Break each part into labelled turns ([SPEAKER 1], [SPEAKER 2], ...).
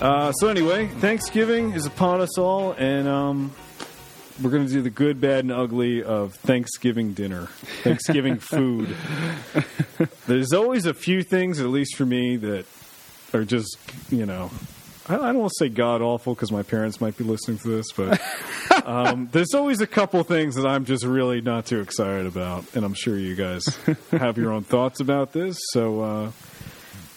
[SPEAKER 1] Uh, so anyway, Thanksgiving is upon us all, and um, we're going to do the good, bad, and ugly of Thanksgiving dinner, Thanksgiving food. There's always a few things, at least for me, that are just you know. I I don't want to say god awful because my parents might be listening to this, but um, there's always a couple things that I'm just really not too excited about, and I'm sure you guys have your own thoughts about this. So uh,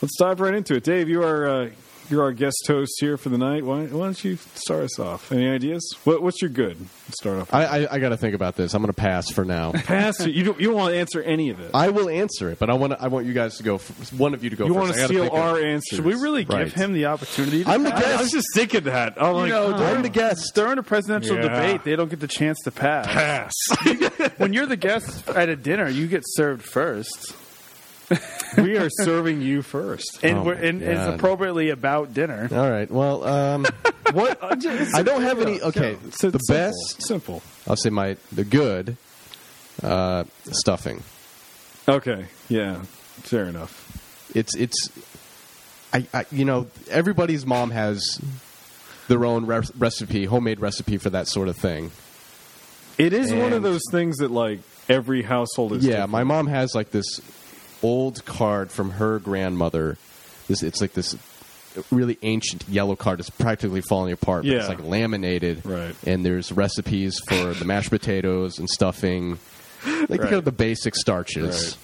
[SPEAKER 1] let's dive right into it. Dave, you are uh, you're our guest host here for the night. Why, why don't you start us off? Any ideas? What, what's your good? Let's start off.
[SPEAKER 2] I, I, I got to think about this. I'm going to pass for now.
[SPEAKER 1] Pass. it. You don't, you don't want to answer any of it.
[SPEAKER 2] I will answer it, but I want I want you guys to go. f one of you to go.
[SPEAKER 1] you
[SPEAKER 2] want to
[SPEAKER 1] to steal our answers.
[SPEAKER 3] Should we really give
[SPEAKER 2] Right.
[SPEAKER 3] him the opportunity? To
[SPEAKER 2] I'm the
[SPEAKER 1] I, I was
[SPEAKER 2] guest.
[SPEAKER 1] just thinking that. I'm like,
[SPEAKER 3] You know,
[SPEAKER 1] oh,
[SPEAKER 2] I'm the guest.
[SPEAKER 3] during a presidential
[SPEAKER 1] Yeah.
[SPEAKER 3] debate, they don't get the chance to pass.
[SPEAKER 1] pass.
[SPEAKER 3] when you're the guest at a dinner, you get served first,
[SPEAKER 1] we are serving you first.
[SPEAKER 3] and
[SPEAKER 2] Oh
[SPEAKER 3] we're,
[SPEAKER 2] my
[SPEAKER 3] and it's
[SPEAKER 2] God.
[SPEAKER 3] appropriately about dinner.
[SPEAKER 2] All right. Well, um,
[SPEAKER 1] What? I
[SPEAKER 2] I don't have any. Okay,
[SPEAKER 1] So
[SPEAKER 2] the
[SPEAKER 1] simple.
[SPEAKER 2] best.
[SPEAKER 1] Simple.
[SPEAKER 2] I'll say my the good uh, stuffing.
[SPEAKER 1] Okay. Yeah. Fair enough.
[SPEAKER 2] It's it's I, I you know everybody's mom has their own re- recipe, homemade recipe for that sort of thing.
[SPEAKER 1] It is one of
[SPEAKER 2] And-
[SPEAKER 1] those things that like every household is.
[SPEAKER 2] Yeah, my mom has like this old card from her grandmother. This it's like this really ancient yellow card. It's practically falling apart. But
[SPEAKER 1] Yeah.
[SPEAKER 2] it's like laminated.
[SPEAKER 1] Right.
[SPEAKER 2] And there's recipes for the mashed potatoes and stuffing, like kind of the basic starches.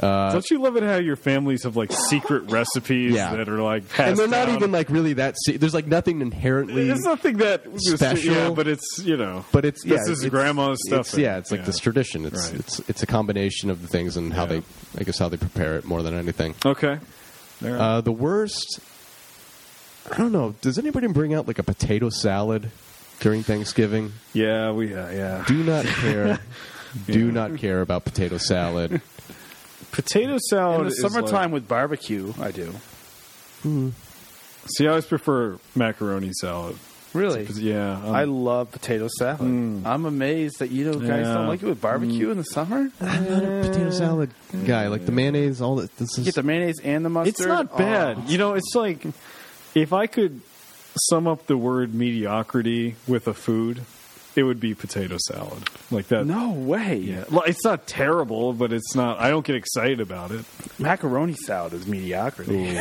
[SPEAKER 1] Don't you love it how your families have like secret recipes
[SPEAKER 2] Yeah.
[SPEAKER 1] that are like passed
[SPEAKER 2] And they're not
[SPEAKER 1] down?
[SPEAKER 2] even like really that. Se- there's like nothing inherently.
[SPEAKER 1] It's nothing that
[SPEAKER 2] Special.
[SPEAKER 1] yeah, but it's you know,
[SPEAKER 2] but it's yeah,
[SPEAKER 1] this is
[SPEAKER 2] it's-
[SPEAKER 1] grandma's stuff.
[SPEAKER 2] it's- yeah, it's like this tradition. It's
[SPEAKER 1] Right.
[SPEAKER 2] it's it's a combination of the things and how
[SPEAKER 1] Yeah.
[SPEAKER 2] they, I guess, how they prepare it more than anything.
[SPEAKER 1] Okay, All right.
[SPEAKER 2] Uh, the worst. I don't know. Does anybody bring out like a potato salad during Thanksgiving?
[SPEAKER 1] yeah, we uh, yeah.
[SPEAKER 2] Do not care. Do not care about potato salad.
[SPEAKER 1] Potato salad
[SPEAKER 3] In the
[SPEAKER 1] is
[SPEAKER 3] summertime
[SPEAKER 1] like-
[SPEAKER 3] with barbecue, I do.
[SPEAKER 1] see, I always prefer macaroni salad.
[SPEAKER 3] Really?
[SPEAKER 1] Yeah, um,
[SPEAKER 3] I love potato salad. I'm amazed that you don't-
[SPEAKER 1] Mm.
[SPEAKER 3] guys
[SPEAKER 1] Yeah. Mm.
[SPEAKER 3] don't like it with barbecue in the summer.
[SPEAKER 2] I'm not a potato salad guy. Like the mayonnaise, all that. This
[SPEAKER 3] You get
[SPEAKER 2] is
[SPEAKER 3] the mayonnaise and the mustard.
[SPEAKER 1] it's not
[SPEAKER 3] Oh.
[SPEAKER 1] bad. You know, it's like if I could sum up the word mediocrity with a food, it would be potato salad. Like that.
[SPEAKER 3] Oh, No way.
[SPEAKER 1] Yeah, Well, it's not terrible, but it's not. I don't get excited about it.
[SPEAKER 3] Macaroni salad is mediocrity.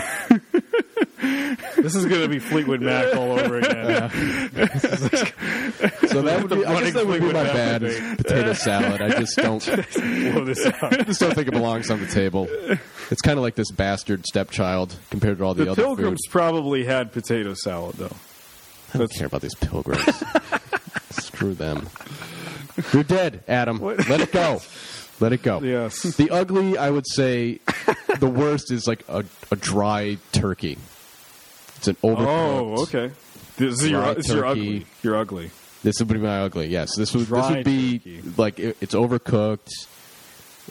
[SPEAKER 1] this is going to be Fleetwood Mac all over again.
[SPEAKER 2] so that would be. I guess that would be
[SPEAKER 1] Running
[SPEAKER 2] my
[SPEAKER 1] with
[SPEAKER 2] bad.
[SPEAKER 1] that
[SPEAKER 2] Is potato salad. I just don't.
[SPEAKER 1] Blow this out.
[SPEAKER 2] just don't think it belongs on the table. It's kind of like this bastard stepchild compared to all the,
[SPEAKER 1] The
[SPEAKER 2] other
[SPEAKER 1] pilgrims probably had potato salad though.
[SPEAKER 2] food. I don't care about these pilgrims. Screw them. You're dead, Adam. Let it go. Let it go.
[SPEAKER 1] Yes.
[SPEAKER 2] The ugly, I would say, the worst is like a, a dry turkey. It's an overcooked.
[SPEAKER 1] Oh, okay. This is
[SPEAKER 2] Dry
[SPEAKER 1] your, this is your
[SPEAKER 2] turkey.
[SPEAKER 1] ugly. You're ugly.
[SPEAKER 2] This would be my ugly. Yes, this would this
[SPEAKER 1] Dry
[SPEAKER 2] would be
[SPEAKER 1] turkey.
[SPEAKER 2] like it, it's overcooked,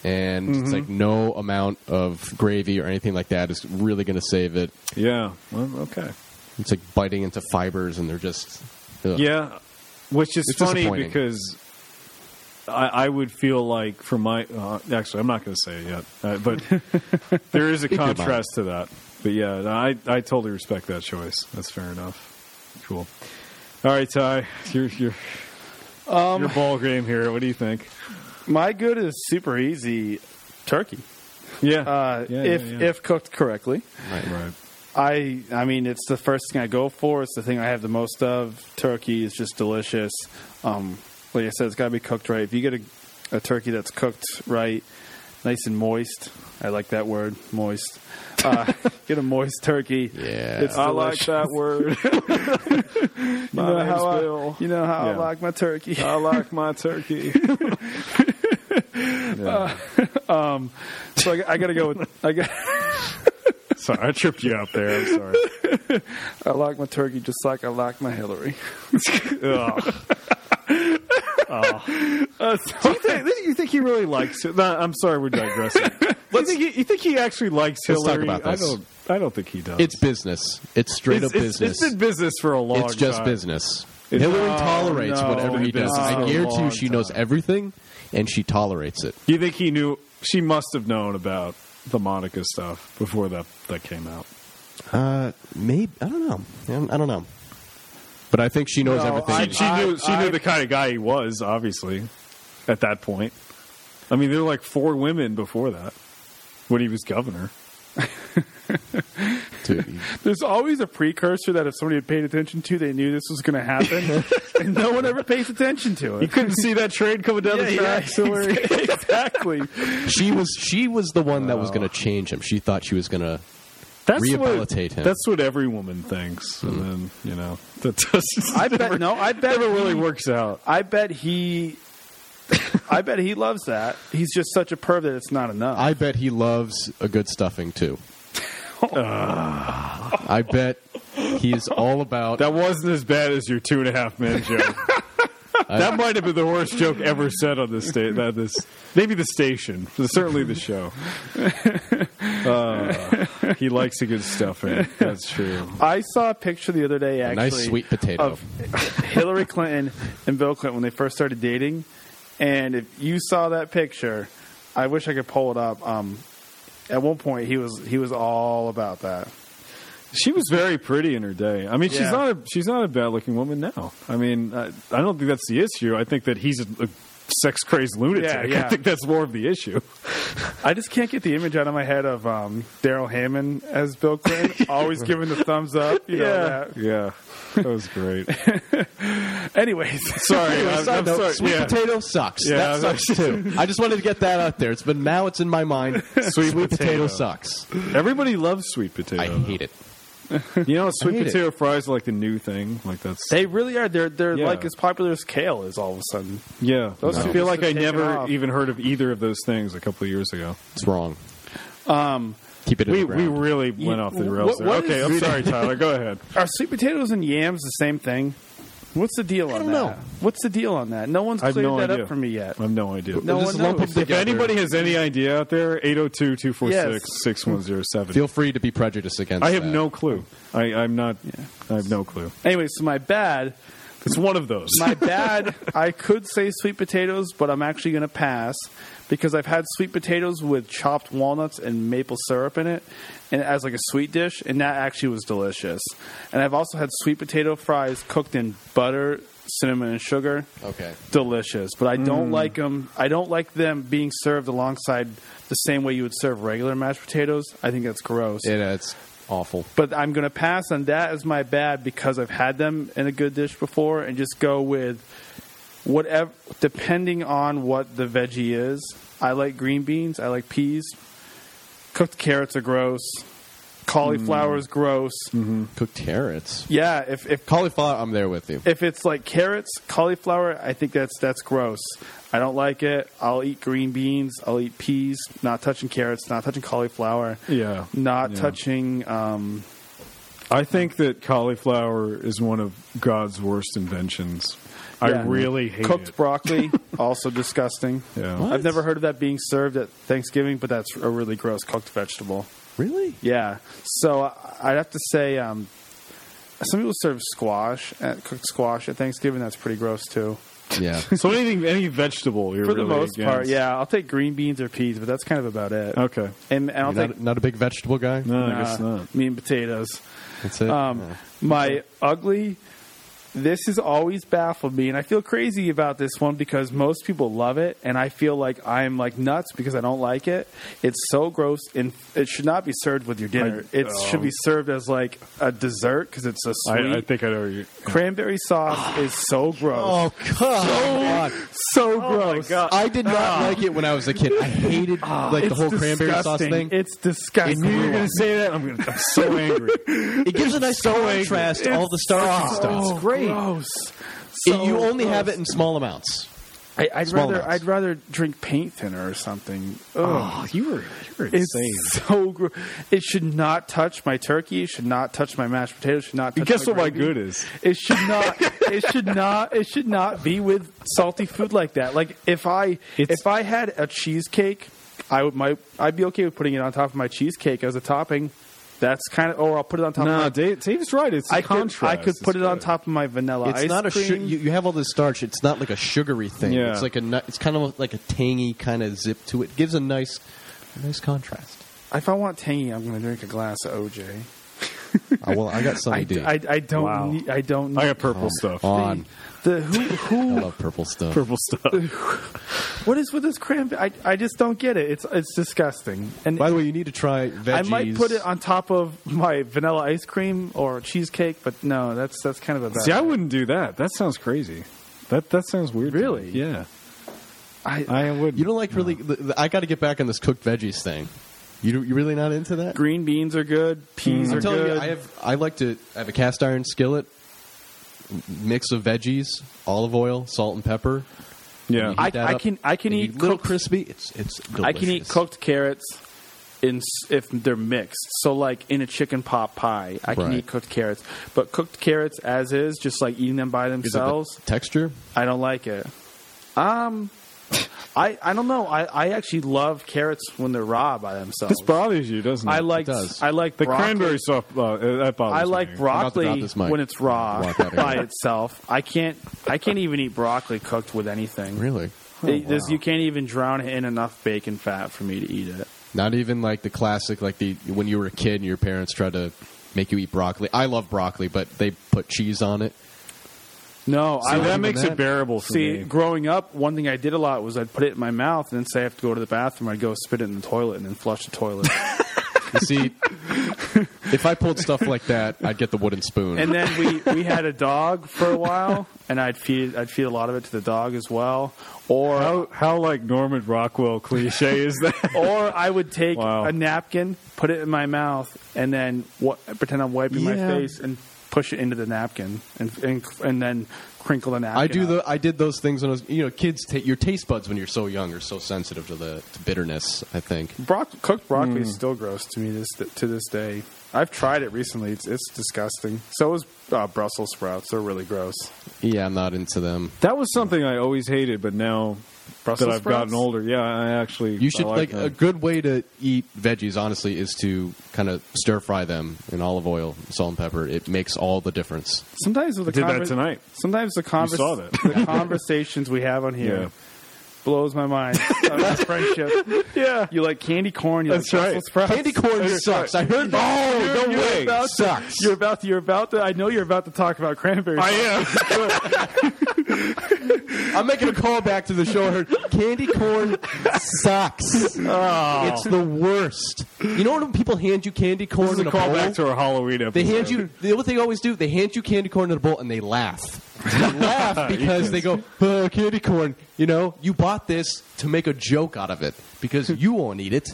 [SPEAKER 2] and it's
[SPEAKER 1] Mm-hmm.
[SPEAKER 2] like no amount of gravy or anything like that is really going to save it.
[SPEAKER 1] Yeah. Well, okay.
[SPEAKER 2] It's like biting into fibers, and they're just ugh.
[SPEAKER 1] Yeah, which is
[SPEAKER 2] It's
[SPEAKER 1] funny
[SPEAKER 2] disappointing.
[SPEAKER 1] because I, I would feel like for my uh, actually I'm not going to say it yet, uh, but there is a
[SPEAKER 2] your mind.
[SPEAKER 1] contrast to that. But yeah, I I totally respect that choice. That's fair enough. Cool. All right, Ty, your your
[SPEAKER 3] Um,
[SPEAKER 1] your ball game here. What do you think?
[SPEAKER 3] My good is super easy turkey.
[SPEAKER 1] Yeah,
[SPEAKER 3] Uh,
[SPEAKER 1] Yeah,
[SPEAKER 3] if
[SPEAKER 1] yeah, yeah.
[SPEAKER 3] if cooked correctly.
[SPEAKER 1] right, right.
[SPEAKER 3] I I mean it's the first thing I go for. It's the thing I have the most of. Turkey is just delicious. Um, like I said, it's got to be cooked right. If you get a, a turkey that's cooked right, nice and moist. I like that word, moist. Uh, get a moist turkey.
[SPEAKER 2] Yeah.
[SPEAKER 3] it's
[SPEAKER 1] I like
[SPEAKER 3] delicious.
[SPEAKER 1] that word.
[SPEAKER 3] You
[SPEAKER 1] My
[SPEAKER 3] know
[SPEAKER 1] name's
[SPEAKER 3] how I,
[SPEAKER 1] Bill.
[SPEAKER 3] you know how I
[SPEAKER 1] Yeah. Uh,
[SPEAKER 3] like my turkey.
[SPEAKER 1] I like my turkey. Yeah.
[SPEAKER 3] So I, I got to go with I got.
[SPEAKER 1] sorry, I tripped you up there. I'm sorry.
[SPEAKER 3] I like my turkey just like I like my Hillary.
[SPEAKER 1] Ugh. Uh, so you, think, you think he really likes? No, I'm sorry, we're digressing. you, think he, you think he actually likes
[SPEAKER 2] Let's talk
[SPEAKER 1] Hillary?
[SPEAKER 2] about
[SPEAKER 1] I
[SPEAKER 2] this.
[SPEAKER 1] don't. I don't think he does.
[SPEAKER 2] it's business. It's straight
[SPEAKER 1] It's-
[SPEAKER 2] up
[SPEAKER 1] it's-
[SPEAKER 2] business.
[SPEAKER 1] It's been business for a long.
[SPEAKER 2] It's just
[SPEAKER 1] time.
[SPEAKER 2] business.
[SPEAKER 1] It's-
[SPEAKER 2] Hillary
[SPEAKER 1] Oh,
[SPEAKER 2] tolerates
[SPEAKER 1] no,
[SPEAKER 2] whatever he does.
[SPEAKER 1] business for
[SPEAKER 2] I
[SPEAKER 1] a
[SPEAKER 2] guarantee
[SPEAKER 1] long
[SPEAKER 2] you, she knows
[SPEAKER 1] time.
[SPEAKER 2] everything, and she tolerates it.
[SPEAKER 1] You think he knew? She must have known about the Monica stuff before that that came out.
[SPEAKER 2] Uh, maybe I don't know. Yeah, I don't know. But I think she knows
[SPEAKER 3] No,
[SPEAKER 2] everything.
[SPEAKER 3] I-
[SPEAKER 1] She, she knew she
[SPEAKER 3] I-
[SPEAKER 1] knew the kind of guy he was, obviously, at that point. I mean, there were like four women before that when he was governor.
[SPEAKER 2] Dude,
[SPEAKER 3] There's always a precursor that if somebody had paid attention to, they knew this was going to happen, and no one ever pays attention to
[SPEAKER 1] You
[SPEAKER 3] it.
[SPEAKER 1] couldn't see that train coming down the track.
[SPEAKER 3] exactly.
[SPEAKER 2] she was she was the one that was going to change him. She thought she was going to.
[SPEAKER 1] That's
[SPEAKER 2] Rehabilitate
[SPEAKER 1] what, Hmm.
[SPEAKER 2] him.
[SPEAKER 1] That's what every woman thinks, and then you know that does,
[SPEAKER 3] I bet no. I bet
[SPEAKER 1] never really
[SPEAKER 3] he-
[SPEAKER 1] works out.
[SPEAKER 3] I bet he. I bet he loves that. He's just such a perv that it's not enough.
[SPEAKER 2] I bet he loves a good stuffing too. I bet he is all about.
[SPEAKER 1] That wasn't as bad as your two and a half man joke. that might have been the worst joke ever said on this state. That this maybe the station, but certainly the show. Uh, he likes a good stuffing. That's true.
[SPEAKER 3] I saw a picture the other day, actually,
[SPEAKER 2] nice sweet potato.
[SPEAKER 3] of Hillary Clinton and Bill Clinton when they first started dating. And if you saw that picture, I wish I could pull it up. Um, at one point, he was he was all about that.
[SPEAKER 1] She was very pretty in her day. I mean, she's
[SPEAKER 3] Yeah.
[SPEAKER 1] not a, she's not a bad looking woman now. I mean, I, I don't think that's the issue. I think that he's a, a sex crazed lunatic.
[SPEAKER 3] Yeah, yeah.
[SPEAKER 1] I think that's more of the issue.
[SPEAKER 3] I just can't get the image out of my head of um, Daryl Hammond as Bill Clinton, always giving the thumbs up. You know that.
[SPEAKER 1] yeah, that was great.
[SPEAKER 3] Anyways,
[SPEAKER 1] Sorry,
[SPEAKER 2] Anyway,
[SPEAKER 1] I'm,
[SPEAKER 2] side
[SPEAKER 1] I'm
[SPEAKER 2] note,
[SPEAKER 1] sorry.
[SPEAKER 2] Sweet
[SPEAKER 1] yeah.
[SPEAKER 2] potato sucks.
[SPEAKER 1] Yeah,
[SPEAKER 2] that
[SPEAKER 1] I'm
[SPEAKER 2] sucks too. I just wanted to get that out there. It's been now it's in my mind. Sweet, potato.
[SPEAKER 1] potato.
[SPEAKER 2] sucks.
[SPEAKER 1] Everybody loves sweet potato.
[SPEAKER 2] I hate it.
[SPEAKER 1] You know, sweet
[SPEAKER 2] hate it.
[SPEAKER 1] potato fries are like the new thing. Like that's
[SPEAKER 3] they really are. They're they're
[SPEAKER 1] Yeah.
[SPEAKER 3] like as popular as kale is all of a sudden.
[SPEAKER 1] yeah.
[SPEAKER 3] Those
[SPEAKER 1] I
[SPEAKER 3] two
[SPEAKER 1] feel
[SPEAKER 3] just
[SPEAKER 1] like
[SPEAKER 3] have
[SPEAKER 1] I
[SPEAKER 3] taken
[SPEAKER 1] never
[SPEAKER 3] off.
[SPEAKER 1] even heard of either of those things a couple of years ago.
[SPEAKER 2] It's wrong. Um,
[SPEAKER 3] Um,
[SPEAKER 2] keep it in
[SPEAKER 1] We
[SPEAKER 2] the
[SPEAKER 1] we
[SPEAKER 2] ground.
[SPEAKER 1] really went off the
[SPEAKER 3] wh-
[SPEAKER 1] rails. there.
[SPEAKER 3] what
[SPEAKER 1] okay,
[SPEAKER 3] is-
[SPEAKER 1] I'm sorry, Tyler. Go ahead.
[SPEAKER 3] Are sweet potatoes and yams the same thing? What's the deal on
[SPEAKER 2] don't
[SPEAKER 3] that?
[SPEAKER 2] know.
[SPEAKER 3] What's the deal on that? No one's
[SPEAKER 1] I have
[SPEAKER 3] cleared
[SPEAKER 1] no
[SPEAKER 3] that
[SPEAKER 1] idea
[SPEAKER 3] up for me yet.
[SPEAKER 1] I have no idea.
[SPEAKER 3] No
[SPEAKER 2] Just
[SPEAKER 3] one
[SPEAKER 2] lump 'em
[SPEAKER 3] knows.
[SPEAKER 1] If anybody has any idea out there, 802 246 6107.
[SPEAKER 2] Feel free to be prejudiced against.
[SPEAKER 1] I have
[SPEAKER 2] that.
[SPEAKER 1] no clue. I, I'm not. I have no clue.
[SPEAKER 3] Anyway, so my bad,
[SPEAKER 1] It's one of those.
[SPEAKER 3] my bad. I could say sweet potatoes, but I'm actually going to pass because I've had sweet potatoes with chopped walnuts and maple syrup in it, and as like a sweet dish, and that actually was delicious. And I've also had sweet potato fries cooked in butter, cinnamon, and sugar.
[SPEAKER 2] Okay.
[SPEAKER 3] delicious, but I don't like 'em like them. I don't like them being served alongside the same way you would serve regular mashed potatoes. I think that's gross.
[SPEAKER 2] It, uh, it's awful.
[SPEAKER 3] but I'm going to pass on that as my bad because I've had them in a good dish before and just go with whatever, depending on what the veggie is. I like green beans, I like peas. Cooked carrots are gross. Cauliflower is gross.
[SPEAKER 2] Cooked carrots.
[SPEAKER 3] Yeah, if, if
[SPEAKER 2] Cauliflower. I'm there with you.
[SPEAKER 3] if it's like carrots, cauliflower, I think that's that's gross. I don't like it. I'll eat green beans. I'll eat peas. Not touching carrots. Not touching cauliflower.
[SPEAKER 1] yeah.
[SPEAKER 3] Not
[SPEAKER 1] Yeah.
[SPEAKER 3] touching. Um,
[SPEAKER 1] I think that cauliflower is one of God's worst inventions. I
[SPEAKER 3] yeah.
[SPEAKER 1] really hate
[SPEAKER 3] cooked
[SPEAKER 1] it.
[SPEAKER 3] broccoli. also disgusting.
[SPEAKER 1] Yeah.
[SPEAKER 2] What?
[SPEAKER 3] I've never heard of that being served at Thanksgiving, but that's a really gross cooked vegetable.
[SPEAKER 2] Really?
[SPEAKER 3] Yeah. So I- I'd have to say, um, some people serve squash, at, cooked squash at Thanksgiving. That's pretty gross too.
[SPEAKER 2] Yeah.
[SPEAKER 1] So anything, any vegetable you're
[SPEAKER 3] For the
[SPEAKER 1] really
[SPEAKER 3] most
[SPEAKER 1] against.
[SPEAKER 3] part, yeah. I'll take green beans or peas, but that's kind of about it.
[SPEAKER 1] Okay.
[SPEAKER 3] And, and I'll
[SPEAKER 2] You're
[SPEAKER 3] take
[SPEAKER 2] not, not a big vegetable guy.
[SPEAKER 1] No,
[SPEAKER 3] Nah,
[SPEAKER 1] I guess not.
[SPEAKER 3] Meat and potatoes.
[SPEAKER 2] That's it.
[SPEAKER 3] Um,
[SPEAKER 2] Yeah.
[SPEAKER 3] My ugly. This has always baffled me, and I feel crazy about this one because most people love it, and I feel like I'm like nuts because I don't like it. It's so gross, and it should not be served with your dinner.
[SPEAKER 1] I-
[SPEAKER 3] it should be
[SPEAKER 1] um,
[SPEAKER 3] served as like a dessert because it's a sweet.
[SPEAKER 1] I, I think I know you.
[SPEAKER 3] Cranberry sauce is so gross,
[SPEAKER 2] Oh come on!
[SPEAKER 1] Oh
[SPEAKER 3] so gross.
[SPEAKER 2] I did not like it when I was a kid. I hated like the
[SPEAKER 3] Ah. It's
[SPEAKER 2] whole cranberry sauce
[SPEAKER 3] disgusting.
[SPEAKER 2] thing.
[SPEAKER 3] It's
[SPEAKER 1] I
[SPEAKER 3] disgusting.
[SPEAKER 1] knew you were going to say that. I'm, gonna, I'm so angry.
[SPEAKER 2] It gives a nice contrast to all the starchy stuff.
[SPEAKER 3] It's great. Gross.
[SPEAKER 2] It- you
[SPEAKER 3] So
[SPEAKER 2] only have
[SPEAKER 3] gross.
[SPEAKER 2] it in small amounts.
[SPEAKER 3] I, I'd
[SPEAKER 2] Small
[SPEAKER 3] rather
[SPEAKER 2] amounts.
[SPEAKER 3] I'd rather drink paint thinner or something. Ugh.
[SPEAKER 1] Oh, you were, you were
[SPEAKER 3] it's
[SPEAKER 1] insane.
[SPEAKER 3] so gr- it should not touch my turkey. It should not touch my mashed potatoes. it Should not touch
[SPEAKER 1] Guess
[SPEAKER 3] my
[SPEAKER 1] what my
[SPEAKER 3] gravy.
[SPEAKER 1] good is?
[SPEAKER 3] It should not. it should not. It should not be with salty food like that. Like if I
[SPEAKER 1] It's-
[SPEAKER 3] if I had a cheesecake, I would my I'd be okay with putting it on top of my cheesecake as a topping. That's kind of or I'll put it on top.
[SPEAKER 1] No,
[SPEAKER 3] of my,
[SPEAKER 1] Dave, Dave's right. It's the
[SPEAKER 3] I could
[SPEAKER 1] contrast.
[SPEAKER 3] I could put
[SPEAKER 1] is
[SPEAKER 3] it on
[SPEAKER 1] good.
[SPEAKER 3] top of my vanilla
[SPEAKER 2] It's
[SPEAKER 3] ice
[SPEAKER 2] not a
[SPEAKER 3] cream.
[SPEAKER 2] su- you, you have all this starch. It's not like a sugary thing.
[SPEAKER 1] Yeah.
[SPEAKER 2] It's like a ni- it's kind of like a tangy kind of zip to it. Gives a nice a nice contrast.
[SPEAKER 3] If I want tangy, I'm going to drink a glass of OJ.
[SPEAKER 2] Oh, well, I got Sunny
[SPEAKER 3] I,
[SPEAKER 2] D.
[SPEAKER 3] I, I don't
[SPEAKER 1] Wow.
[SPEAKER 3] need, I don't
[SPEAKER 1] I
[SPEAKER 3] need
[SPEAKER 1] got purple stuff.
[SPEAKER 2] on.
[SPEAKER 3] the who
[SPEAKER 2] I
[SPEAKER 3] who
[SPEAKER 2] love purple stuff.
[SPEAKER 1] Purple stuff.
[SPEAKER 3] what is with this cranberry I, I just don't get it it's it's disgusting and
[SPEAKER 2] By the way, you need to try veggies.
[SPEAKER 3] I might put it on top of my vanilla ice cream or cheesecake but no that's that's kind of a bad
[SPEAKER 1] See, I wouldn't do that. That sounds crazy. That that sounds weird. to me.
[SPEAKER 3] Really?
[SPEAKER 1] Yeah.
[SPEAKER 3] I-
[SPEAKER 1] I would.
[SPEAKER 2] You don't like really. The, the- I got to get back on this cooked veggies thing. You don't- you really not into that?
[SPEAKER 3] green beans are good peas
[SPEAKER 2] Mm. I'm
[SPEAKER 3] are
[SPEAKER 2] telling
[SPEAKER 3] good
[SPEAKER 2] you, I have. I like to. I have a cast iron skillet, m- mix of veggies, olive oil, salt, and pepper.
[SPEAKER 1] yeah.
[SPEAKER 3] I-
[SPEAKER 2] Heat that up,
[SPEAKER 3] can- I can
[SPEAKER 2] and you
[SPEAKER 3] eat
[SPEAKER 2] little
[SPEAKER 3] cooked-
[SPEAKER 2] crispy. It's it's. Delicious.
[SPEAKER 3] I can eat cooked carrots in s- if they're mixed. So like in a chicken pot pie, I can
[SPEAKER 2] Right.
[SPEAKER 3] eat cooked carrots. But cooked carrots as is, just like eating them by
[SPEAKER 2] Is it the
[SPEAKER 3] themselves,
[SPEAKER 2] texture.
[SPEAKER 3] I don't like it. Um, I I don't know. I I actually love carrots when they're raw by themselves.
[SPEAKER 1] this bothers you, doesn't it?
[SPEAKER 3] I like
[SPEAKER 2] does.
[SPEAKER 3] I like
[SPEAKER 1] the
[SPEAKER 3] broccoli.
[SPEAKER 1] cranberry stuff. Uh, that bothers
[SPEAKER 3] I
[SPEAKER 1] me.
[SPEAKER 3] like
[SPEAKER 2] about to drop
[SPEAKER 3] broccoli
[SPEAKER 2] this mic.
[SPEAKER 3] when it's raw
[SPEAKER 2] Walk out of
[SPEAKER 3] by
[SPEAKER 2] here.
[SPEAKER 3] itself. I can't. I can't even eat broccoli cooked with anything.
[SPEAKER 2] Really.
[SPEAKER 3] It- this- you can't even drown it in enough bacon fat for me to eat it.
[SPEAKER 2] Not even like the classic, like the when you were a kid and your parents tried to make you eat broccoli. I love broccoli, but they put cheese on it.
[SPEAKER 3] No, I
[SPEAKER 1] See,
[SPEAKER 3] like
[SPEAKER 1] that makes
[SPEAKER 2] that-
[SPEAKER 1] it bearable for
[SPEAKER 3] See,
[SPEAKER 1] me.
[SPEAKER 3] growing up, one thing I did a lot was I'd put it in my mouth and then say I have to go to the bathroom. I'd go spit it in the toilet and then flush the toilet.
[SPEAKER 2] You see, if I pulled stuff like that, I'd get the wooden spoon.
[SPEAKER 3] and then we, we had a dog for a while, and I'd feed I'd feed a lot of it to the dog as well. Or
[SPEAKER 1] How how like Norman Rockwell cliche is that?
[SPEAKER 3] or I would take
[SPEAKER 1] Wow.
[SPEAKER 3] a napkin, put it in my mouth, and then wa- pretend I'm wiping my
[SPEAKER 1] Yeah.
[SPEAKER 3] face and push it into the napkin and and, and then crinkle the napkin.
[SPEAKER 2] I do
[SPEAKER 3] up.
[SPEAKER 2] the I did those things when I was you know kids take your taste buds when you're so young are so sensitive to the to bitterness I think
[SPEAKER 3] Brock, cooked
[SPEAKER 1] Hmm.
[SPEAKER 3] broccoli is still gross to me this to this day. I've tried it recently; it's, it's disgusting. So is uh, Brussels sprouts; they're really gross.
[SPEAKER 2] yeah I'm not into them
[SPEAKER 1] that was something I always hated, but now
[SPEAKER 3] Brussels
[SPEAKER 1] that I've
[SPEAKER 3] sprouts?
[SPEAKER 1] gotten older, yeah, I actually
[SPEAKER 2] you should
[SPEAKER 1] I
[SPEAKER 2] like,
[SPEAKER 1] like,
[SPEAKER 2] a
[SPEAKER 1] them.
[SPEAKER 2] good way to eat veggies honestly is to kind of stir fry them in olive oil salt and pepper it makes all the difference
[SPEAKER 3] Sometimes with the
[SPEAKER 1] did that tonight.
[SPEAKER 3] Sometimes the, convers-
[SPEAKER 1] saw that.
[SPEAKER 3] the conversations we have on here
[SPEAKER 1] Yeah.
[SPEAKER 3] blows my mind. That's friendship.
[SPEAKER 1] yeah.
[SPEAKER 3] You like candy corn. You
[SPEAKER 1] That's
[SPEAKER 3] like
[SPEAKER 1] right.
[SPEAKER 3] Brussels sprouts.
[SPEAKER 2] candy corn sucks I heard that
[SPEAKER 1] Oh no
[SPEAKER 3] You're
[SPEAKER 1] way!
[SPEAKER 3] about to-
[SPEAKER 2] sucks
[SPEAKER 3] You're about to. You're about to. I know you're about to talk about cranberry.
[SPEAKER 1] I
[SPEAKER 3] sauce.
[SPEAKER 1] am.
[SPEAKER 2] I'm making a call back to the show. I heard candy corn sucks. It's the worst. You know when people hand you candy corn
[SPEAKER 1] This is
[SPEAKER 2] in
[SPEAKER 1] a
[SPEAKER 2] a
[SPEAKER 1] callback
[SPEAKER 2] bowl?
[SPEAKER 1] to our Halloween episode.
[SPEAKER 2] They hand you the what they always do. They hand you candy corn in a bowl and they laugh. They laugh because they go, oh, "Candy corn." You know, you bought this to make a joke out of it because you won't eat it,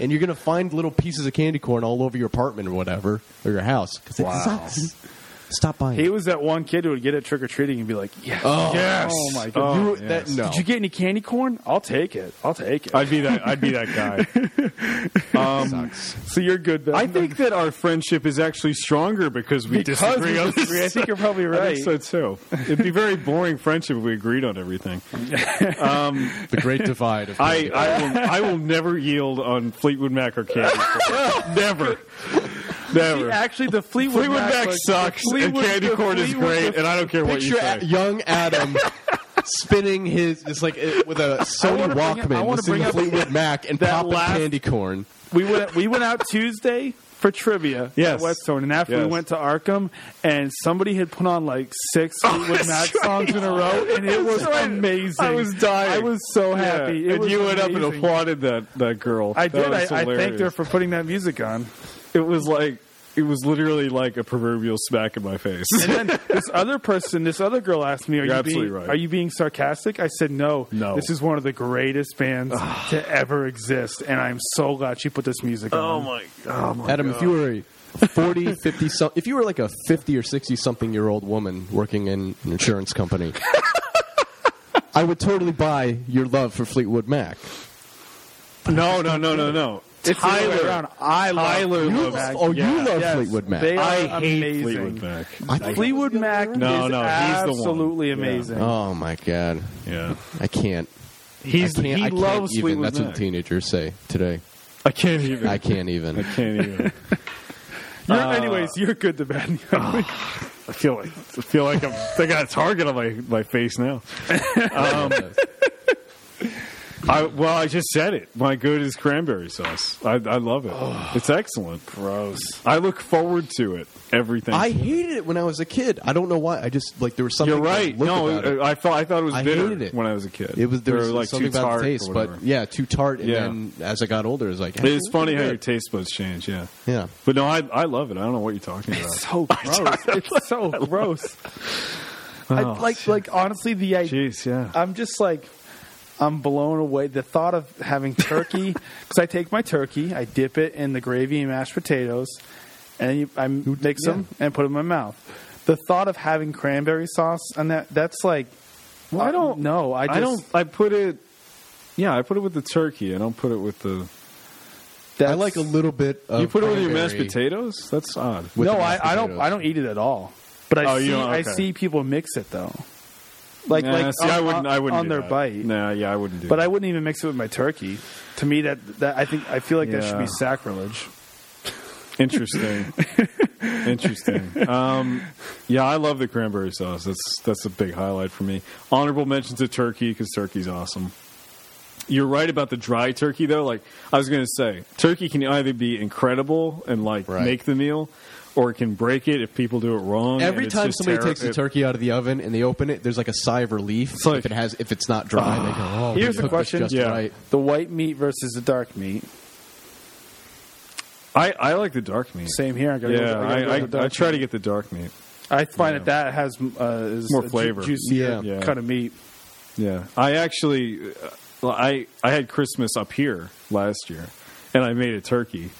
[SPEAKER 2] and you're gonna find little pieces of candy corn all over your apartment or whatever or your house because it sucks. Stop buying.
[SPEAKER 3] He
[SPEAKER 2] it.
[SPEAKER 3] was that one kid who would get it trick or treating and be like, "Yes,
[SPEAKER 2] Oh.
[SPEAKER 1] Yes.
[SPEAKER 3] Oh, my
[SPEAKER 1] God.
[SPEAKER 2] You- that- no.
[SPEAKER 3] did you get any candy corn? I'll take it. I'll take it."
[SPEAKER 1] I'd be that. I'd be that guy.
[SPEAKER 2] sucks.
[SPEAKER 3] so you're good. Ben.
[SPEAKER 1] I think that our friendship is actually stronger because we
[SPEAKER 3] Because
[SPEAKER 1] disagree
[SPEAKER 3] we
[SPEAKER 1] on this.
[SPEAKER 3] disagree. I think you're probably
[SPEAKER 1] I
[SPEAKER 3] right.
[SPEAKER 1] think so too. It'd be very boring friendship if we agreed on everything.
[SPEAKER 2] The great divide. Of
[SPEAKER 1] I, I will I will never yield on Fleetwood Mac or Candy Corn. never,
[SPEAKER 3] See,
[SPEAKER 1] never.
[SPEAKER 3] actually, the Fleetwood,
[SPEAKER 1] Fleetwood Mac
[SPEAKER 3] was-
[SPEAKER 1] sucks, and
[SPEAKER 3] Fleetwood-
[SPEAKER 1] Candy
[SPEAKER 3] the
[SPEAKER 1] Corn is
[SPEAKER 3] Fleetwood-
[SPEAKER 1] great, and I don't care what you
[SPEAKER 2] picture
[SPEAKER 1] say.
[SPEAKER 2] a- young Adam spinning his it's like uh, with a Sony
[SPEAKER 3] wanna bring up- I
[SPEAKER 2] Walkman,
[SPEAKER 3] wanna
[SPEAKER 2] listening
[SPEAKER 3] bring
[SPEAKER 2] to
[SPEAKER 3] up
[SPEAKER 2] Fleetwood Mac and
[SPEAKER 3] that
[SPEAKER 2] popping
[SPEAKER 3] last- Oh
[SPEAKER 2] candy corn.
[SPEAKER 3] We went we went out Tuesday for trivia
[SPEAKER 1] Yes.
[SPEAKER 3] at Whetstone, and after we
[SPEAKER 1] Yes.
[SPEAKER 3] went to Arkham, and somebody had put on like six
[SPEAKER 1] Oh,
[SPEAKER 3] Fleetwood Mac songs in a row, and it was amazing.
[SPEAKER 1] I was dying.
[SPEAKER 3] I was so
[SPEAKER 1] Yeah,
[SPEAKER 3] happy. It
[SPEAKER 1] and
[SPEAKER 3] was
[SPEAKER 1] you went up and
[SPEAKER 3] amazing.
[SPEAKER 1] applauded that that girl.
[SPEAKER 3] I
[SPEAKER 1] That
[SPEAKER 3] did.
[SPEAKER 1] was
[SPEAKER 3] I, I
[SPEAKER 1] hilarious.
[SPEAKER 3] thanked her for putting that music on.
[SPEAKER 1] It was like it was literally like a proverbial smack in my face.
[SPEAKER 3] And then this other person, this other girl asked me, "Are
[SPEAKER 1] You're
[SPEAKER 3] you being,
[SPEAKER 1] absolutely right.
[SPEAKER 3] are you being sarcastic?" I said, "No,
[SPEAKER 1] No.
[SPEAKER 3] This is one of the greatest bands to ever exist, and I'm so glad she put this music on."
[SPEAKER 1] my! Oh my!
[SPEAKER 2] Adam, if you were a 40, 50, some, if you were like a 50 or 60 something year old woman working in an insurance company, I would totally buy your love for Fleetwood Mac.
[SPEAKER 1] No, no, no, no, no.
[SPEAKER 3] It's the other way around. I love
[SPEAKER 1] Tyler
[SPEAKER 3] Fleetwood
[SPEAKER 1] loves-
[SPEAKER 3] Mac.
[SPEAKER 2] Oh, you
[SPEAKER 1] Yeah.
[SPEAKER 2] love
[SPEAKER 3] Yes,
[SPEAKER 2] Fleetwood Mac.
[SPEAKER 3] They are
[SPEAKER 1] I hate
[SPEAKER 3] amazing.
[SPEAKER 1] Fleetwood Mac.
[SPEAKER 2] I think-
[SPEAKER 3] Fleetwood Mac
[SPEAKER 1] No,
[SPEAKER 3] is
[SPEAKER 1] no, he's the one.
[SPEAKER 3] absolutely
[SPEAKER 1] Yeah.
[SPEAKER 3] amazing.
[SPEAKER 2] oh my god,
[SPEAKER 1] Yeah,
[SPEAKER 2] I can't.
[SPEAKER 1] he's
[SPEAKER 2] I can't,
[SPEAKER 1] he
[SPEAKER 2] I can't
[SPEAKER 1] loves
[SPEAKER 2] even.
[SPEAKER 1] Fleetwood
[SPEAKER 2] That's
[SPEAKER 1] Mac.
[SPEAKER 2] what teenagers say today.
[SPEAKER 1] I can't even.
[SPEAKER 2] I can't even.
[SPEAKER 1] I can't even.
[SPEAKER 3] You're-
[SPEAKER 1] Uh,
[SPEAKER 3] anyways, you're good to bad.
[SPEAKER 1] Oh. I feel like I feel like I'm, I got a target on my, my face now. Um, I, well, I just said it. My good is cranberry sauce. I, I love it. It's excellent.
[SPEAKER 3] Gross.
[SPEAKER 1] I look forward to it. Everything.
[SPEAKER 2] I hated it when I was a kid. I don't know why. I just like there was something.
[SPEAKER 1] You're right.
[SPEAKER 2] That
[SPEAKER 1] No,
[SPEAKER 2] no,
[SPEAKER 1] it- I thought I thought it was
[SPEAKER 2] I
[SPEAKER 1] bitter
[SPEAKER 2] hated it.
[SPEAKER 1] when I was a kid.
[SPEAKER 2] it was there
[SPEAKER 1] Or,
[SPEAKER 2] was something
[SPEAKER 1] too
[SPEAKER 2] about
[SPEAKER 1] tart
[SPEAKER 2] the
[SPEAKER 1] or
[SPEAKER 2] taste,
[SPEAKER 1] whatever.
[SPEAKER 2] but yeah, too tart. And
[SPEAKER 1] Yeah.
[SPEAKER 2] then as I got older, it was like
[SPEAKER 1] It's funny how
[SPEAKER 2] "Eh."
[SPEAKER 1] your taste buds change. Yeah,
[SPEAKER 2] Yeah.
[SPEAKER 1] But no, I I love it. I don't know what you're talking about.
[SPEAKER 3] So gross. it's so gross. I,
[SPEAKER 1] Oh,
[SPEAKER 3] like, like honestly, the idea.
[SPEAKER 1] Jeez, yeah.
[SPEAKER 3] I'm just like, I'm blown away. The thought of having turkey because I take my turkey, I dip it in the gravy and mashed potatoes, and you, I mix them and put it in my mouth. The thought of having cranberry sauce and that—that's like,
[SPEAKER 1] Well, I don't
[SPEAKER 3] know. I, just,
[SPEAKER 1] I don't. I put it. Yeah, I put it with the turkey. I don't put it with the.
[SPEAKER 2] I
[SPEAKER 3] that's-
[SPEAKER 2] like a little bit. Of
[SPEAKER 1] you put it with your mashed
[SPEAKER 2] cranberry.
[SPEAKER 1] potatoes. That's odd.
[SPEAKER 2] Oh, with
[SPEAKER 3] no,
[SPEAKER 2] the mashed
[SPEAKER 3] I, I don't.
[SPEAKER 2] potatoes.
[SPEAKER 3] I don't eat it at all. But I
[SPEAKER 1] Oh, you
[SPEAKER 3] see.
[SPEAKER 1] don't?
[SPEAKER 3] I
[SPEAKER 1] Okay.
[SPEAKER 3] see people mix it though. Like,
[SPEAKER 1] Nah,
[SPEAKER 3] like
[SPEAKER 1] see,
[SPEAKER 3] on,
[SPEAKER 1] I wouldn't. I wouldn't
[SPEAKER 3] on
[SPEAKER 1] do
[SPEAKER 3] their
[SPEAKER 1] that.
[SPEAKER 3] bite.
[SPEAKER 1] Nah, yeah, I wouldn't do.
[SPEAKER 3] But
[SPEAKER 1] that.
[SPEAKER 3] I wouldn't even mix it with my turkey. To me, that that I think I feel like that should
[SPEAKER 1] Yeah.
[SPEAKER 3] be sacrilege.
[SPEAKER 1] Interesting. Interesting. Um, yeah, I love the cranberry sauce. That's that's a big highlight for me. Honorable mentions to turkey because turkey's awesome. You're right about the dry turkey though. Like I was going to say, turkey can either be incredible and like
[SPEAKER 2] Right.
[SPEAKER 1] make the meal, or it can break it if people do it wrong. and
[SPEAKER 2] Every
[SPEAKER 1] it's
[SPEAKER 2] time
[SPEAKER 1] just
[SPEAKER 2] somebody
[SPEAKER 1] terri-
[SPEAKER 2] takes a
[SPEAKER 1] it-
[SPEAKER 2] turkey out of the oven and they open it, there's like a sigh of relief.
[SPEAKER 1] like- Ah.
[SPEAKER 2] if it has, if it's not dry, they go, "Oh,
[SPEAKER 3] Here's
[SPEAKER 2] they cooked
[SPEAKER 3] the
[SPEAKER 2] this
[SPEAKER 3] question.
[SPEAKER 2] just
[SPEAKER 1] Yeah.
[SPEAKER 2] right."
[SPEAKER 3] The white meat versus the dark meat.
[SPEAKER 1] I, I like the dark meat.
[SPEAKER 3] Same here. I gotta
[SPEAKER 1] yeah,
[SPEAKER 3] go, I, gotta go
[SPEAKER 1] I,
[SPEAKER 3] with the
[SPEAKER 1] I, I
[SPEAKER 3] dark
[SPEAKER 1] try to
[SPEAKER 3] meat.
[SPEAKER 1] get the dark meat.
[SPEAKER 3] I find that that has uh, is
[SPEAKER 1] More
[SPEAKER 3] a ju-
[SPEAKER 1] flavor.
[SPEAKER 3] juicier
[SPEAKER 2] Yeah.
[SPEAKER 1] Yeah.
[SPEAKER 3] kind of meat.
[SPEAKER 1] Yeah, I actually, uh, well, I I had Christmas up here last year, and I made a turkey,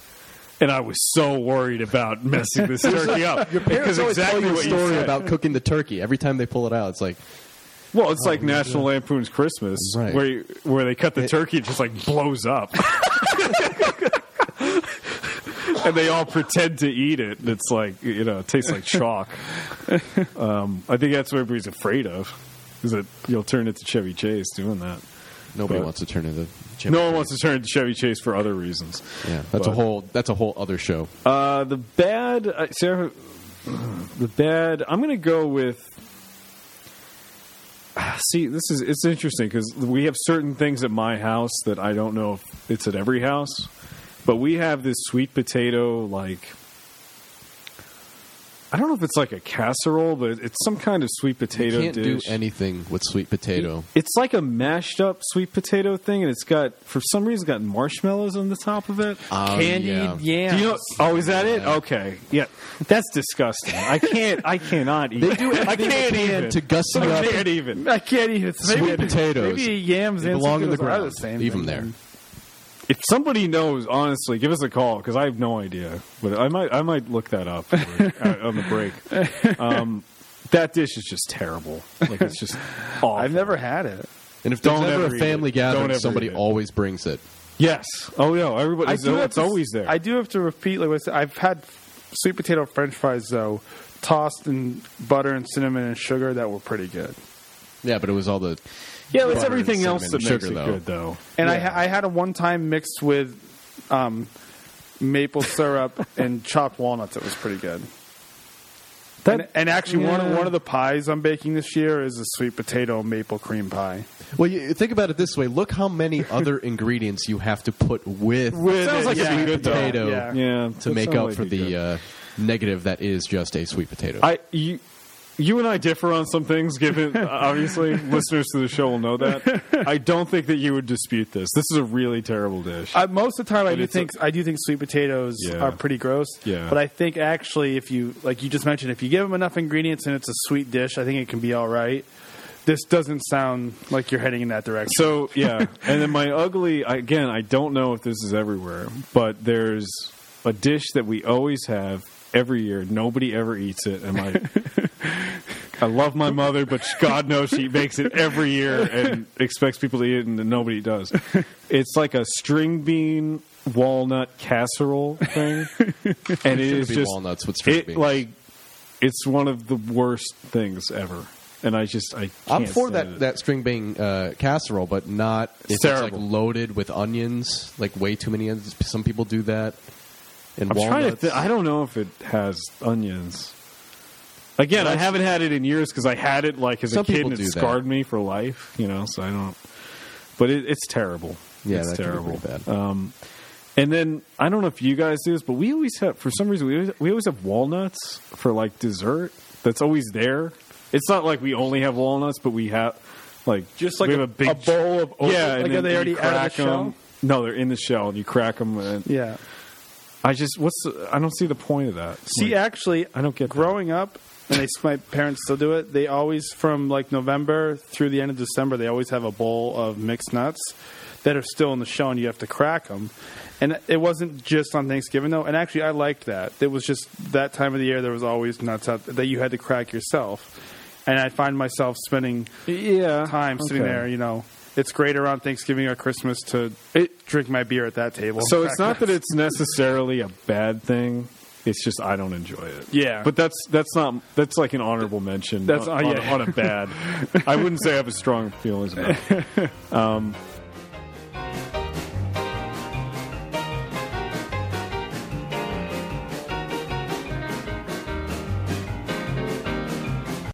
[SPEAKER 1] and I was so worried about messing this turkey up because
[SPEAKER 2] always
[SPEAKER 1] exactly
[SPEAKER 2] tell you a
[SPEAKER 1] what you
[SPEAKER 2] story
[SPEAKER 1] said.
[SPEAKER 2] about cooking the turkey. Every time they pull it out, it's like
[SPEAKER 1] Well, it's like National Lampoon's Christmas,
[SPEAKER 2] Oh, Right.
[SPEAKER 1] where you- where they cut the
[SPEAKER 2] It-
[SPEAKER 1] turkey, it just like blows up. And they all pretend to eat it. and It's like you know, it tastes like chalk. Um, I think that's what everybody's afraid of, is that you'll turn into Chevy Chase doing that.
[SPEAKER 2] nobody
[SPEAKER 1] But-
[SPEAKER 2] wants to turn into. Jim
[SPEAKER 1] No one wants to turn into Chevy Chase for other reasons.
[SPEAKER 2] Yeah, that's a
[SPEAKER 1] But-
[SPEAKER 2] whole that's a whole other show.
[SPEAKER 1] Uh, the bad, uh, Sarah. The bad. I'm going to go with. See, this is it's interesting because we have certain things at my house that I don't know if it's at every house, but we have this sweet potato like. I don't know if it's like a casserole, but it's some kind of sweet potato
[SPEAKER 2] you can't
[SPEAKER 1] dish.
[SPEAKER 2] do anything with sweet potato.
[SPEAKER 1] It's like a mashed up sweet potato thing, and it's got for some reason got marshmallows on the top of it.
[SPEAKER 2] Um, yeah.
[SPEAKER 3] Candied yams.
[SPEAKER 1] Oh, Do you know, oh, is that it? Okay, yeah, that's disgusting. I can't. I cannot eat.
[SPEAKER 2] They do
[SPEAKER 1] I
[SPEAKER 2] everything they
[SPEAKER 1] can't
[SPEAKER 2] can
[SPEAKER 1] even
[SPEAKER 2] to gussy
[SPEAKER 1] I
[SPEAKER 2] up-
[SPEAKER 1] can't even.
[SPEAKER 3] I can't eat it.
[SPEAKER 2] Sweet
[SPEAKER 3] Maybe-
[SPEAKER 2] potatoes.
[SPEAKER 3] Maybe yams
[SPEAKER 2] They
[SPEAKER 3] and
[SPEAKER 2] belong in the
[SPEAKER 3] potatoes are
[SPEAKER 2] ground.
[SPEAKER 3] same
[SPEAKER 2] Leave
[SPEAKER 3] thing.
[SPEAKER 2] them there.
[SPEAKER 1] If somebody knows, honestly, give us a call because I have no idea. But I might. I might look that up uh, on the break. Um, that dish is just terrible. Like it's just. Awful.
[SPEAKER 3] I've never had it.
[SPEAKER 2] And if
[SPEAKER 1] Don't
[SPEAKER 2] there's ever,
[SPEAKER 1] ever eat
[SPEAKER 2] a family
[SPEAKER 1] it. Don't
[SPEAKER 2] gathering,
[SPEAKER 1] ever
[SPEAKER 2] somebody
[SPEAKER 1] eat it.
[SPEAKER 2] always brings it.
[SPEAKER 1] Yes. Oh no. Everybody. It's,
[SPEAKER 3] have
[SPEAKER 1] it's
[SPEAKER 3] to-
[SPEAKER 1] always there.
[SPEAKER 3] I do have to repeat, like I said, I've had sweet potato French fries though, tossed in butter and cinnamon and sugar that were pretty good.
[SPEAKER 2] Yeah, but it was all the
[SPEAKER 1] yeah, it's
[SPEAKER 2] butter and
[SPEAKER 1] everything else that
[SPEAKER 2] cinnamon
[SPEAKER 1] makes it
[SPEAKER 2] and sugar,
[SPEAKER 1] good, though.
[SPEAKER 3] And I I, I had a one time mixed with um, maple syrup and chopped walnuts. It was pretty good.
[SPEAKER 1] That-
[SPEAKER 3] and, and actually, one of,
[SPEAKER 1] yeah.
[SPEAKER 3] one of the pies I'm baking this year is a sweet potato maple cream pie.
[SPEAKER 2] Well, you think about it this way. Look how many other ingredients you have to put with,
[SPEAKER 1] With Sounds it, like it'd
[SPEAKER 2] sweet
[SPEAKER 1] be good, though.
[SPEAKER 2] potato
[SPEAKER 3] Yeah.
[SPEAKER 1] Yeah,
[SPEAKER 2] to
[SPEAKER 1] that
[SPEAKER 2] make
[SPEAKER 1] sounds
[SPEAKER 2] up
[SPEAKER 1] like
[SPEAKER 2] for
[SPEAKER 1] it'd be
[SPEAKER 2] the
[SPEAKER 1] good.
[SPEAKER 2] uh, negative that is just a sweet potato.
[SPEAKER 1] I you you and I differ on some things. Given obviously, listeners to the show will know that. I don't think that you would dispute this. This is a really terrible dish.
[SPEAKER 3] I, Uh, most of the time, I
[SPEAKER 1] But
[SPEAKER 3] do
[SPEAKER 1] it's a-
[SPEAKER 3] think I do think sweet potatoes
[SPEAKER 1] Yeah.
[SPEAKER 3] are pretty gross.
[SPEAKER 1] Yeah.
[SPEAKER 3] But I think actually, if you like you just mentioned, if you give them enough ingredients and it's a sweet dish, I think it can be all right. This doesn't sound like you're heading in that direction.
[SPEAKER 1] so yeah, and then my ugly I- again. I don't know if this is everywhere, but there's a dish that we always have every year. Nobody ever eats it, and my. I love my mother, but God knows she makes it every year and expects people to eat it, and then nobody does. It's like a string bean walnut casserole thing, and it is
[SPEAKER 2] be
[SPEAKER 1] just
[SPEAKER 2] walnuts with string
[SPEAKER 1] it,
[SPEAKER 2] beans.
[SPEAKER 1] Like it's one of the worst things ever, and I just I. Can't
[SPEAKER 2] I'm for
[SPEAKER 1] stand
[SPEAKER 2] that,
[SPEAKER 1] it.
[SPEAKER 2] that string bean uh, casserole, but not if it's, like
[SPEAKER 1] terrible.
[SPEAKER 2] loaded with onions, like way too many onions. Some people do that. And
[SPEAKER 1] I'm trying to.
[SPEAKER 2] walnuts.
[SPEAKER 1] Th- I don't know if it has onions. Again, I haven't had it in years because I had it like as a
[SPEAKER 2] Some
[SPEAKER 1] kid
[SPEAKER 2] people
[SPEAKER 1] and it
[SPEAKER 2] do that.
[SPEAKER 1] scarred me for life. You know, so I don't. But it, it's terrible.
[SPEAKER 2] Yeah,
[SPEAKER 1] it's
[SPEAKER 2] that could be
[SPEAKER 1] terrible.
[SPEAKER 2] pretty bad.
[SPEAKER 1] Um, and then I don't know if you guys do this, but we always have for some reason we always, we always have walnuts for like dessert. That's always there. It's not like we only have walnuts, but we have like
[SPEAKER 3] Just like
[SPEAKER 1] we have
[SPEAKER 3] a-
[SPEAKER 1] a big
[SPEAKER 3] a bowl of oats.
[SPEAKER 1] yeah.
[SPEAKER 3] Like,
[SPEAKER 1] and
[SPEAKER 3] are
[SPEAKER 1] then
[SPEAKER 3] they
[SPEAKER 1] you
[SPEAKER 3] already out of the
[SPEAKER 1] crack 'em.
[SPEAKER 3] shell?
[SPEAKER 1] No, they're in the shell, and you crack them. And
[SPEAKER 3] Yeah.
[SPEAKER 1] I just what's the, I don't see the point of that.
[SPEAKER 3] See,
[SPEAKER 1] Like,
[SPEAKER 3] actually,
[SPEAKER 1] I don't get that.
[SPEAKER 3] growing up, and they, my parents still do it. They always, from like November through the end of December, they always have a bowl of mixed nuts that are still in the shell, and you have to crack them. And it wasn't just on Thanksgiving though. And actually, I liked that. It was just that time of the year. There was always nuts out that you had to crack yourself. And I find myself spending
[SPEAKER 1] yeah,
[SPEAKER 3] time sitting
[SPEAKER 1] okay.
[SPEAKER 3] there. You know, it's great around Thanksgiving or Christmas to drink my beer at that table.
[SPEAKER 1] So it's not that it's necessarily a bad thing. It's just I don't enjoy it.
[SPEAKER 3] Yeah.
[SPEAKER 1] but that's that's not that's like an honorable mention.
[SPEAKER 3] That's-
[SPEAKER 1] on,
[SPEAKER 3] oh,
[SPEAKER 1] on-
[SPEAKER 3] yeah.
[SPEAKER 1] on a bad. I wouldn't say I have a strong feelings about. It. Um,